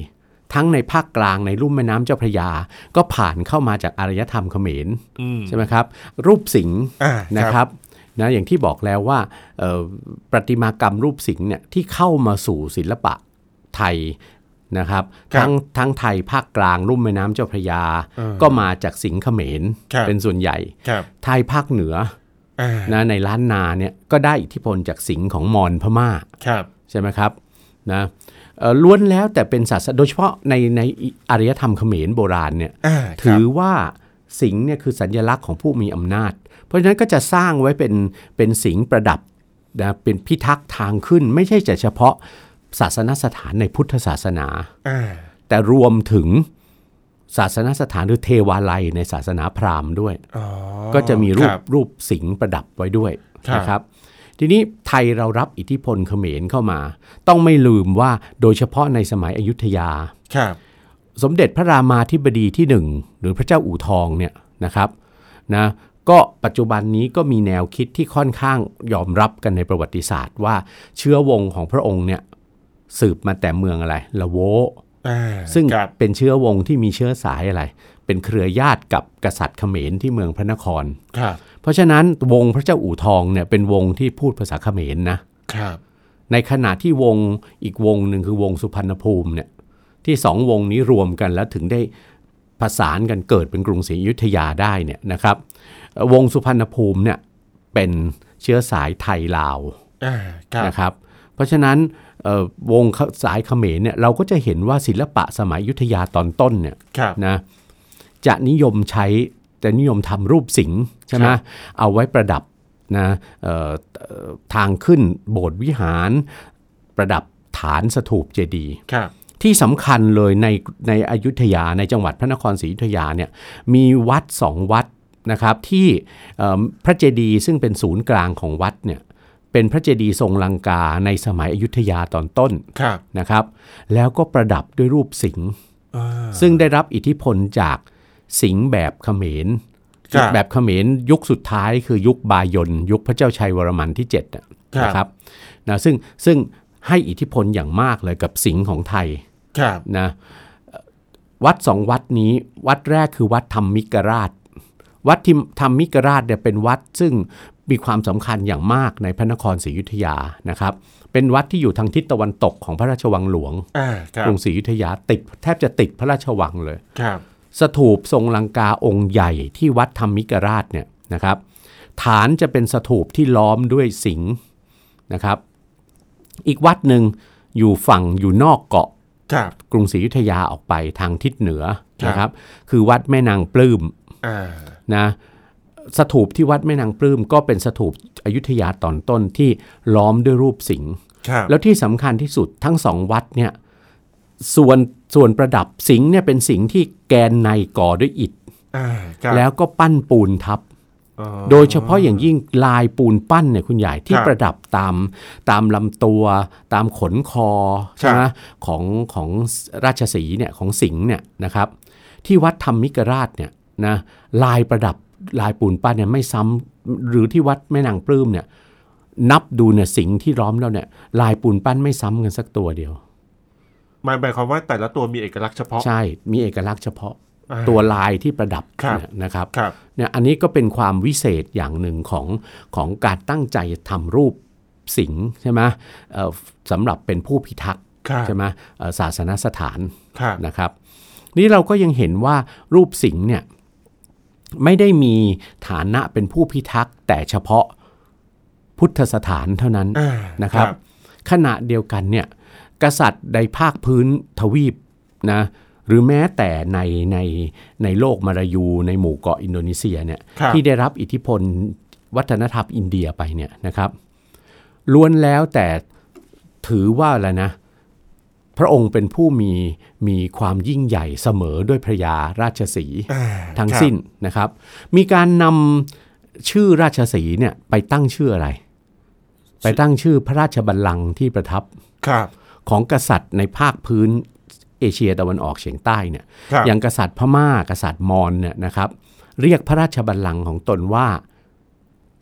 [SPEAKER 2] ทั้งในภาคกลางในลุ่มแม่น้ำเจ้าพระยา ก็ผ่านเข้ามาจากอารยธรรมเขมร
[SPEAKER 1] อืม
[SPEAKER 2] ใช่ไหมครับ รูปสิงห์
[SPEAKER 1] อ่า
[SPEAKER 2] นะค
[SPEAKER 1] ครับ
[SPEAKER 2] รับนะอย่างที่บอกแล้วว่าเอ่อประติมากรรมรูปสิงห์เนี่ยที่เข้ามาสู่ศิลปะไทยนะครับ
[SPEAKER 1] ครับ
[SPEAKER 2] ทั้งทั้งไทยภาคกลางลุ่มแม่น้ำเจ้าพระยา
[SPEAKER 1] เออ
[SPEAKER 2] ก็มาจากสิงห์เขมร
[SPEAKER 1] ครับ
[SPEAKER 2] เป็นส่วนใหญ่
[SPEAKER 1] ครับ
[SPEAKER 2] ไทยภาคเหนือ
[SPEAKER 1] อ่า
[SPEAKER 2] นะในล้านนาเนี่ยก็ได้อิทธิพลจากสิงห์ของมอญพม่า
[SPEAKER 1] ครับ
[SPEAKER 2] ใช่ไหมครับนะเอ่อล้วนแล้วแต่เป็นศาสนาโดยเฉพาะในในอารยธรรมเขมรโบราณเนี่ย
[SPEAKER 1] อ่า
[SPEAKER 2] ถื
[SPEAKER 1] ค
[SPEAKER 2] อ
[SPEAKER 1] รับ
[SPEAKER 2] ว่าสิงห์เนี่ยคือสัญลักษณ์ของผู้มีอำนาจ เพราะฉะนั้นก็จะสร้างไว้เป็นเป็นสิงห์ประดับนะเป็นพิทักษ์ทางขึ้น ไม่ใช่แต่เฉพาะศาสนสถานในพุทธศาสนา
[SPEAKER 1] อ่า
[SPEAKER 2] แต่รวมถึงศาสนสถานหรือเทวาลัยในศาสนาพราหมณ์ด้วย
[SPEAKER 1] อ๋อ
[SPEAKER 2] ก็จะมีรู
[SPEAKER 1] ค
[SPEAKER 2] ป
[SPEAKER 1] บ
[SPEAKER 2] รูปสิงห์ประดับไว้ด้วย
[SPEAKER 1] ครับ
[SPEAKER 2] นะครับ ทีนี้ไทยเรารับอิทธิพลเขมรเข้ามา ต้องไม่ลืมว่าโดยเฉพาะในสมัยอยุธยา
[SPEAKER 1] ครับ
[SPEAKER 2] สมเด็จพระรามาธิบดีที่หนึ่งหรือพระเจ้าอู่ทองเนี่ยนะครับนะก็ปัจจุบันนี้ก็มีแนวคิดที่ค่อนข้างยอมรับกันในประวัติศาสตร์ ว่าเชื้อวงของพระองค์เนี่ยสืบมาแต่เมืองอะไรละโว
[SPEAKER 1] อ่า
[SPEAKER 2] ซึ่ง
[SPEAKER 1] ครับ
[SPEAKER 2] เป็นเชื้อวงที่มีเชื้อสายอะไร เป็นเครือญาติกับกษัตริย์เขมรที่เมืองพระนคร
[SPEAKER 1] ครับ
[SPEAKER 2] เพราะฉะนั้นวงพระเจ้าอู่ทองเนี่ยเป็นวงที่พูดภาษาเขมรนะครับ ในขณะที่วงอีกวงหนึ่งคือวงสุพรรณภูมิเนี่ยที่สองวงนี้รวมกันแล้วถึงได้ผสานกันเกิดเป็นกรุงศรีอยุธยาได้เนี่ยนะครับเอ่อวงสุพรรณภูมิเนี่ยเป็นเชื้อสายไทยลาว
[SPEAKER 1] อ่าครับ
[SPEAKER 2] นะครับเพราะฉะนั้นเอ่อวงสายเขมรเนี่ยเราก็จะเห็นว่าศิลปะสมัยอยุธยาตอนต้นเนี่ย
[SPEAKER 1] ครับ
[SPEAKER 2] นะจะนิยมใช้จะนิยมทำรูปสิงห์ใช่ไหม
[SPEAKER 1] ครับ
[SPEAKER 2] เอาไว้ประดับนะเอ่อเอ่อทางขึ้นโบสถ์วิหาร ประดับฐานสถูปเจดีย์
[SPEAKER 1] ครับ
[SPEAKER 2] ที่สำคัญเลยในในอยุธยาในจังหวัดพระนครศรีอยุธยาเนี่ยมีวัดสองวัดนะครับที่เอ่อพระเจดีย์ซึ่งเป็นศูนย์กลางของวัดเนี่ยเป็นพระเจดีย์ทรงลังกาในสมัยอยุธยาตอนต้น
[SPEAKER 1] ครับ
[SPEAKER 2] นะครับ แล้วก็ประดับด้วยรูปสิงห์
[SPEAKER 1] อ่า
[SPEAKER 2] ซึ่งได้รับอิทธิพลจากสิงห์แบบเขมร
[SPEAKER 1] ครับ
[SPEAKER 2] แบบเขมรยุคสุดท้ายคือยุคบายอนยุคพระเจ้าชัยวรมันที่7น่ะ
[SPEAKER 1] ครับ
[SPEAKER 2] นะครับนะซึ่งซึ่งให้อิทธิพลอย่างมากเลยกับสิงห์ของไทย
[SPEAKER 1] ครับ
[SPEAKER 2] นะเอ่อวัดสองวัดนี้วัดแรกคือวัดธรรมิกราช วัดที่ธรรมิกราชเนี่ยเป็นวัดซึ่งมีความสำคัญอย่างมากในพระนครศรีอยุธยานะครับ เป็นวัดที่อยู่ทางทิศตะวันตกของพระราชวังหลวง
[SPEAKER 1] อ่า ครั
[SPEAKER 2] ก
[SPEAKER 1] บ
[SPEAKER 2] รุงศรีอยุธยาติดแทบจะติดพระราชวังเลย
[SPEAKER 1] ครับ
[SPEAKER 2] สถูปทรงลังกาองค์ใหญ่ที่วัดธรรมิกราชเนี่ยนะครับ ฐานจะเป็นสถูปที่ล้อมด้วยสิงห์นะครับ อีกวัดหนึ่งอยู่ฝั่งอยู่นอกเกาะ
[SPEAKER 1] ครับ
[SPEAKER 2] กรุงศรีอยุธยาออกไปทางทิศเหนือ
[SPEAKER 1] ครับ
[SPEAKER 2] นะครับ คือวัดแม่นางปลื้ม
[SPEAKER 1] อ่า
[SPEAKER 2] นะสถูปที่วัดแม่นางปลื้มก็เป็นสถูปอยุธยาตอนต้นที่ล้อมด้วยรูปสิงห์
[SPEAKER 1] ครับ
[SPEAKER 2] แล้วที่สำคัญที่สุดทั้งสองวัดเนี่ยส่วนส่วนประดับสิงห์เนี่ยเป็นสิงห์ที่แกนในก่อด้วยอิฐ
[SPEAKER 1] อ่า ครับ
[SPEAKER 2] แล้วก็ปั้นปูนทับ
[SPEAKER 1] อ๋อ
[SPEAKER 2] โดยเฉพาะอย่างยิ่งลายปูนปั้นเนี่ยคุณใหญ่ที่
[SPEAKER 1] ครับ
[SPEAKER 2] ประดับตามตามลำตัว ตามขนคอใช่ไหมของของราชสีห์เนี่ยของสิงห์เนี่ยนะครับ ที่วัดธรรมิกราชเนี่ยนะลายประดับลายปูนปั้นเนี่ยไม่ซ้ำหรือที่วัดแม่นางปลื้มเนี่ยนับดูเนี่ยสิงห์ที่ล้อมแล้วเนี่ยลายปูนปั้นไม่ซ้ำกันสักตัวเดียว
[SPEAKER 1] หมายหมายความว่าแต่ละตัวมีเอกลักษณ์เฉพาะ
[SPEAKER 2] ใช่มีเอกลักษณ์เฉพาะ
[SPEAKER 1] อ่า
[SPEAKER 2] ตัวลายที่ประดับ
[SPEAKER 1] ครับ
[SPEAKER 2] เนี่ยนะครับ
[SPEAKER 1] ครับ
[SPEAKER 2] เนี่ยอันนี้ก็เป็นความวิเศษอย่างหนึ่งของของการตั้งใจทำรูปสิงห์ใช่ไหมเอ่อสำหรับเป็นผู้พิทักษ์
[SPEAKER 1] ครับ
[SPEAKER 2] ใช่ไหมเอ่อศาสนสถาน
[SPEAKER 1] ครับ
[SPEAKER 2] นะครับ นี่เราก็ยังเห็นว่ารูปสิงห์เนี่ยไม่ได้มีฐานะเป็นผู้พิทักษ์แต่เฉพาะพุทธสถานเท่านั้น
[SPEAKER 1] อ่า
[SPEAKER 2] นะครับ
[SPEAKER 1] ครับ
[SPEAKER 2] ขณะเดียวกันเนี่ยกษัตริย์ในภาคพื้นทวีปนะหรือแม้แต่ในในในโลกมารายูในหมู่เกาะอินโดนีเซียเนี่ย
[SPEAKER 1] ครับ
[SPEAKER 2] ที่ได้รับอิทธิพลวัฒนธรรมอินเดียไปเนี่ยนะครับล้วนแล้วแต่ถือว่าอะไรนะ พระองค์เป็นผู้มีมีความยิ่งใหญ่เสมอด้วยพระยาราชสีห์
[SPEAKER 1] อ่า
[SPEAKER 2] ทั้ง
[SPEAKER 1] ครับ
[SPEAKER 2] สิ้นนะครับ มีการนำชื่อราชสีห์เนี่ยไปตั้งชื่ออะไร ไปตั้งชื่อพระราชบัลลังก์ที่ประทับ
[SPEAKER 1] ครับ
[SPEAKER 2] ของกษัตริย์ในภาคพื้นเอเชียตะวันออกเฉียงใต้เนี่ย
[SPEAKER 1] ครับ
[SPEAKER 2] อย่างกษัตริย์พม่ากษัตริย์มอญเนี่ยนะครับ เรียกพระราชบัลลังก์ของตนว่า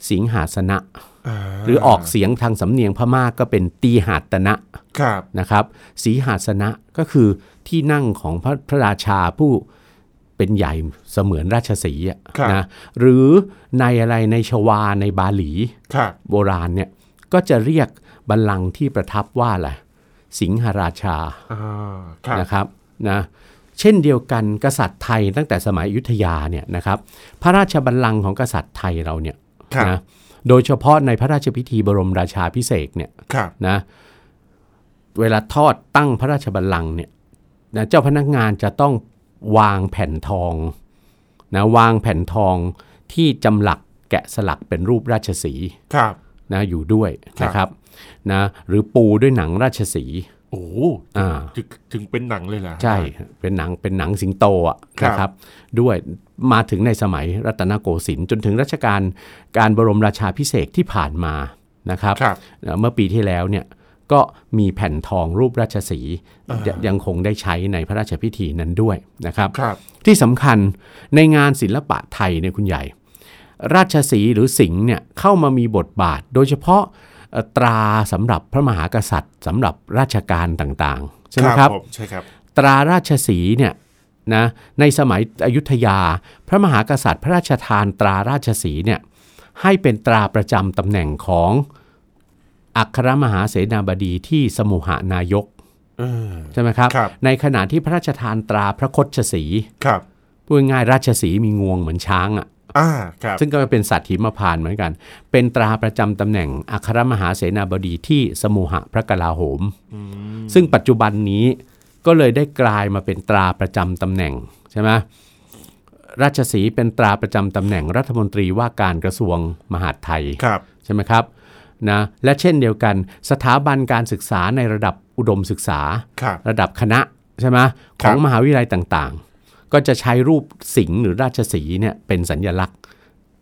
[SPEAKER 2] สิงหาสนะ
[SPEAKER 1] อ่า
[SPEAKER 2] หรือออกเสียงทางสำเนียงพม่าก็เป็นตีหาตนะ
[SPEAKER 1] ครับ
[SPEAKER 2] นะครับสีหาสนะก็คือที่นั่งของพระพระราชาผู้เป็นใหญ่เสมือนราชสีห์อะ
[SPEAKER 1] ครับ
[SPEAKER 2] นะหรือในอะไรในชวาในบาหลี
[SPEAKER 1] ครับ
[SPEAKER 2] โบราณเนี่ยก็จะเรียกบัลลังก์ที่ประทับว่าอะไรสิงหราชา
[SPEAKER 1] อ่า ครับ
[SPEAKER 2] นะครับนะเช่นเดียวกันกษัตริย์ไทยตั้งแต่สมัยอยุธยาเนี่ยนะครับพระราชบัลลังก์ของกษัตริย์ไทยเราเนี่ย
[SPEAKER 1] ครับ
[SPEAKER 2] นะโดยเฉพาะในพระราชพิธีบรมราชาพิเศษกเนี่ย
[SPEAKER 1] ครับ
[SPEAKER 2] นะเวลาทอดตั้งพระราชบัลลังก์เนี่ยนะเจ้าพนักงานจะต้องวางแผ่นทองนะวางแผ่นทองที่จำหลักแกะสลักเป็นรูปราชสีห์
[SPEAKER 1] ครับ
[SPEAKER 2] นะอยู่ด้วย
[SPEAKER 1] ครับ
[SPEAKER 2] นะครับนะหรือปูด้วยหนังราชสีห์
[SPEAKER 1] โอ้โห
[SPEAKER 2] อ่า
[SPEAKER 1] ถึงถึงเป็นหนังเลยเหรอ
[SPEAKER 2] ใช่ เป็นหนัง เป็นหนังสิงโตอะ
[SPEAKER 1] ครับ
[SPEAKER 2] นะครับ ด้วย มาถึงในสมัยรัตนโกสินทร์จนถึงรัชกาลการบรมราชาพิเศษกที่ผ่านมา นะครับ
[SPEAKER 1] ครับ
[SPEAKER 2] เอ่อเมื่อปีที่แล้วเนี่ยก็มีแผ่นทองรูปราชสีห์ยยังคงได้ใช้ในพระราชพิธีนั้นด้วยนะครับ
[SPEAKER 1] ครับ
[SPEAKER 2] ที่สำคัญในงานศิลปะไทยเนี่ยคุณใหญ่ ราชสีห์หรือสิงห์เนี่ยเข้ามามีบทบาท โดยเฉพาะเอ่อตราสำหรับพระมหากษัตริย์สำหรับราชการต่างๆใช่ไหมครับ
[SPEAKER 1] ผมใช่ครับ
[SPEAKER 2] ตราราชสีห์เนี่ยนะในสมัยอยุธยา พระมหากษัตริย์พระราชทานตราราชสีห์เนี่ยให้เป็นตราประจำตำแหน่งของอัครมหาเสนาบดีที่สมุหานายก
[SPEAKER 1] เออ
[SPEAKER 2] ใช่ไหมครับ
[SPEAKER 1] ครับ
[SPEAKER 2] ในขณะที่พระราชทานตราพระคชสีห์
[SPEAKER 1] ครับ
[SPEAKER 2] พูดง่ายๆราชสีห์มีงวงเหมือนช้างอ่ะ
[SPEAKER 1] อ่า ครับ
[SPEAKER 2] ซึ่งก็เป็นสัตว์หิมพานต์เหมือนกัน เป็นตราประจำตำแหน่งอัครมหาเสนาบดีที่สมุหะพระกลาโหม ซึ่งปัจจุบันนี้ก็เลยได้กลายมาเป็นตราประจำตำแหน่งใช่ไหมราชสีห์เป็นตราประจำตำแหน่งรัฐมนตรีว่าการกระทรวงมหาดไทย
[SPEAKER 1] ครับ
[SPEAKER 2] ใช่ไหมครับนะและเช่นเดียวกันสถาบันการศึกษาในระดับอุดมศึกษา
[SPEAKER 1] ครับ
[SPEAKER 2] ระดับคณะใช่ไหม
[SPEAKER 1] ค
[SPEAKER 2] ข
[SPEAKER 1] รับ
[SPEAKER 2] องมหาวิทยาลัยต่างๆ ก็จะใช้รูปสิงห์หรือราชสีห์เนี่ยเป็นสัญลักษณ์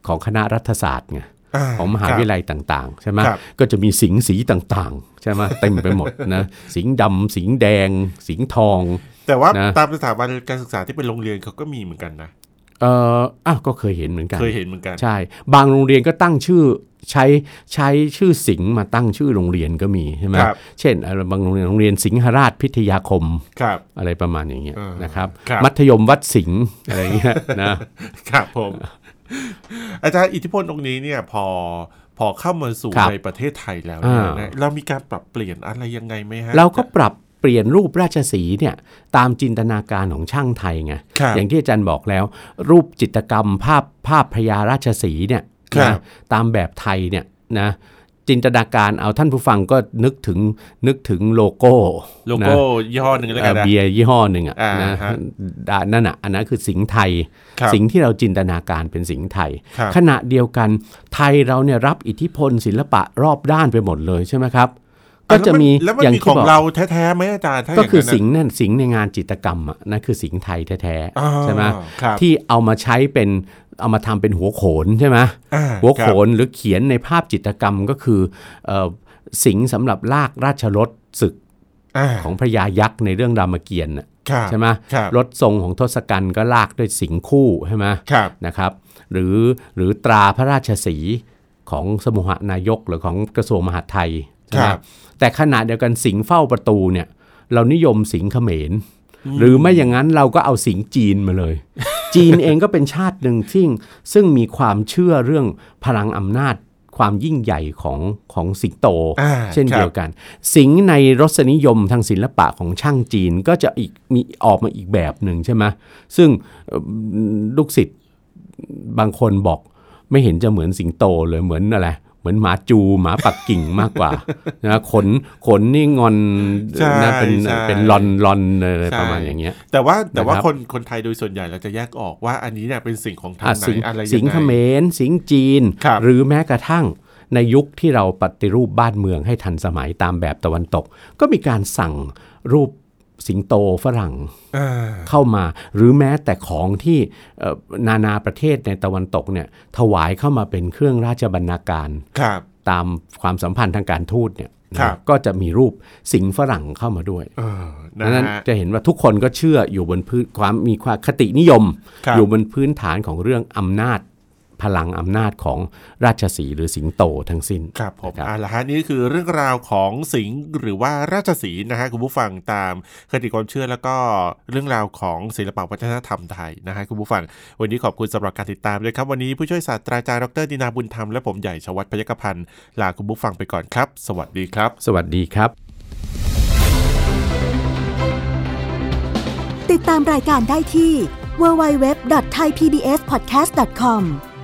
[SPEAKER 2] ของคณะรัฐศาสตร์ไง
[SPEAKER 1] อ่า
[SPEAKER 2] ของมหา
[SPEAKER 1] ครับ
[SPEAKER 2] วิทยาลัยต่างๆใช่ไหม
[SPEAKER 1] ครับ
[SPEAKER 2] ก็จะมีสิงห์สีต่างๆใช่ไหมเต็มไปหมดนะ สิงห์ดำสิงห์แดง สิงห์ทอง
[SPEAKER 1] แต่ว่า
[SPEAKER 2] นะ
[SPEAKER 1] ตามสถาบันการศึกษาที่เป็นโรงเรียนเขาก็มีเหมือนกันนะ
[SPEAKER 2] เอ่ออ้าวก็เคยเห็นเหมือนกัน
[SPEAKER 1] เคยเห็นเหมือนกัน
[SPEAKER 2] ใช่ บางโรงเรียนก็ตั้งชื่อใช้ใช้ชื่อสิงห์มาตั้งชื่อโรงเรียนก็มีใช่ไหม
[SPEAKER 1] ครับ
[SPEAKER 2] เช่นอะไรบางโรงเรียนโรงเรียนสิงหราชพิทยาคม
[SPEAKER 1] ครับ
[SPEAKER 2] อะไรประมาณอย่างเงี้ย
[SPEAKER 1] อ่าน
[SPEAKER 2] นะครับ
[SPEAKER 1] ครับ
[SPEAKER 2] มัธยมวัดสิง ห์อะไรอย่างเงี้ยนะ
[SPEAKER 1] ครับผม อาจารย์อิทธิพลตรงนี้เนี่ยพอพอเข้ามาสู่
[SPEAKER 2] ครับ
[SPEAKER 1] ในประเทศไทยแล้วเนี่ย
[SPEAKER 2] อ่า
[SPEAKER 1] นะเรามีการปรับเปลี่ยนอะไรยังไงไหมฮะ
[SPEAKER 2] เราก็ปรับเปลี่ยนรูปราชสีห์เนี่ยตามจินตนาการของช่างไทยไง
[SPEAKER 1] ครับ
[SPEAKER 2] อย่างที่อาจารย์บอกแล้ว รูปจิตรกรรมภาพภาพพญาราชสีห์เนี่ย
[SPEAKER 1] ครั
[SPEAKER 2] นะ
[SPEAKER 1] บ
[SPEAKER 2] ตามแบบไทยเนี่ยนะจินตนาการเอาท่านผู้ฟังก็นึกถึงนึกถึงโลโก้
[SPEAKER 1] โลโก้
[SPEAKER 2] นะ
[SPEAKER 1] ยี่ห้อหนึ่งแล้วกัน
[SPEAKER 2] เอ่อ
[SPEAKER 1] นะ
[SPEAKER 2] เบียร์ยี่ห้อหนึ่งอ่ะ
[SPEAKER 1] อ่า
[SPEAKER 2] นะ
[SPEAKER 1] ฮะ
[SPEAKER 2] ด้านนั่นอ่ะอันนั้นคือสิงห์ไทย
[SPEAKER 1] ครับ
[SPEAKER 2] สิ่งที่เราจินตนาการเป็นสิ่งไทย
[SPEAKER 1] ครับ
[SPEAKER 2] ขณะเดียวกันไทยเราเนี่ยรับอิทธิพลศิลปะรอบด้านไปหมดเลยใช่ไหมครับ ก็จะมี
[SPEAKER 1] แล้วมัน
[SPEAKER 2] อย่าง
[SPEAKER 1] มีข
[SPEAKER 2] ที่
[SPEAKER 1] อง
[SPEAKER 2] บอก
[SPEAKER 1] เราแท้ๆไหมอาจารย์ถ้า
[SPEAKER 2] ก็คืออย่
[SPEAKER 1] า
[SPEAKER 2] สิง
[SPEAKER 1] นั้น
[SPEAKER 2] ห์นั่นสิงห์ในงานจิตรกรรมอ่ะนั่นคือสิงห์ไทยแท้
[SPEAKER 1] อ่า
[SPEAKER 2] ๆใช่ไหม
[SPEAKER 1] ครับ
[SPEAKER 2] ที่เอามาใช้เป็นเอามาทำเป็นหัวโขนใช่ไหม
[SPEAKER 1] อ่า
[SPEAKER 2] หัว
[SPEAKER 1] ค
[SPEAKER 2] โข
[SPEAKER 1] รับ
[SPEAKER 2] นหรือเขียนในภาพจิตรกรรมก็คือเอ่อสิงห์สำหรับลากราชรถศึก
[SPEAKER 1] า
[SPEAKER 2] ของพระยายักษ์ในเรื่องรามเกียรติน่ะ
[SPEAKER 1] ครับ
[SPEAKER 2] ใช่ไหม
[SPEAKER 1] ครับ
[SPEAKER 2] รถทรงของทศกัณฐ์ก็ลากด้วยสิงห์คู่ใช่ไหม
[SPEAKER 1] ครับ
[SPEAKER 2] นะครับหรือหรือตราพระราชสีห์ของสมุหนายกหรือของกระทรวงมหาดไทยใช่ไหม
[SPEAKER 1] ครับ
[SPEAKER 2] แต่ขณะเดียวกันสิงห์เฝ้าประตูเนี่ยเรานิยมสิงห์เขมร หรือไม่อย่างนั้นเราก็เอาสิงห์จีนมาเลย จีนเองก็เป็นชาติหนึ่งที่ซึ่งมีความเชื่อเรื่องพลังอำนาจความยิ่งใหญ่ของของสิงโต
[SPEAKER 1] อ่า
[SPEAKER 2] เช่นเดีย
[SPEAKER 1] ค
[SPEAKER 2] ว
[SPEAKER 1] รับ
[SPEAKER 2] กัน สิงห์ในรสนิยมทางศิลปะของช่างจีนก็จะอีกมีออกมาอีกแบบหนึ่งใช่ไหมซึ่งเอ่อลูกศิษย์บางคนบอกไม่เห็นจะเหมือนสิงโตเลยเหมือนอะไรเหมือนหมาจูหมาปักกิ่งมากก ว่า นะขนขนนี่งอน
[SPEAKER 1] ใช่
[SPEAKER 2] นะเป็น
[SPEAKER 1] ใช่
[SPEAKER 2] เป็นลอนลอนอะไรประมาณอย่างเงี้ย
[SPEAKER 1] แต่ว่าแต่ว่า
[SPEAKER 2] นะครับ
[SPEAKER 1] คนคนไทยโดยส่วนใหญ่เราจะแยกออกว่าอันนี้เนี่ยเป็นสิ่งของทาง
[SPEAKER 2] อ่ะ
[SPEAKER 1] ไหน
[SPEAKER 2] สิง
[SPEAKER 1] อะไรยังไง
[SPEAKER 2] สิงเขมรสิงจีน
[SPEAKER 1] ครับ
[SPEAKER 2] หรือแม้กระทั่งในยุคที่เราปฏิรูปบ้านเมืองให้ทันสมัยตามแบบตะวันตก ก็มีการสั่งรูปสิงโตฝรั่ง
[SPEAKER 1] อ่า
[SPEAKER 2] เข้ามา หรือแม้แต่ของที่เอ่อนานาประเทศในตะวันตกเนี่ยถวายเข้ามาเป็นเครื่องราชบรรณาการ
[SPEAKER 1] ครับ
[SPEAKER 2] ตามความสัมพันธ์ทางการทูตเนี่ยนะครับ ก็จะมีรูปสิงฝรั่งเข้ามาด้วย
[SPEAKER 1] เออ
[SPEAKER 2] ดั
[SPEAKER 1] นะ
[SPEAKER 2] งนั้น
[SPEAKER 1] ฮะ
[SPEAKER 2] จะเห็นว่าทุกคนก็เชื่ออยู่บนพื้นความมีความคตินิยม
[SPEAKER 1] ครับ
[SPEAKER 2] อยู่บนพื้นฐานของเรื่องอำนาจ พลังอำนาจของราชสีห์หรือสิงโตทั้งสิ้น
[SPEAKER 1] ครับผม
[SPEAKER 2] นะครับ
[SPEAKER 1] เอ่าละฮะนี่คือเรื่องราวของสิงห์หรือว่าราชสีห์นะฮะคุณผู้ฟังตามคติความเชื่อแล้วก็เรื่องราวของศิลปวัฒนธรรมไทยนะฮะคุณผู้ฟัง วันนี้ขอบคุณสำหรับการติดตามด้วยครับ วันนี้ผู้ช่วยศาสตราจารย์ดรดินาบุญธรรมและผมใหญ่ชวัฒน์พยกพันธ์ลาคุณผู้ฟังไปก่อนครับ สวัสดีครับ
[SPEAKER 2] สวัสดีครับ
[SPEAKER 3] ติดตามรายการได้ที่ www.thaipbspodcast.com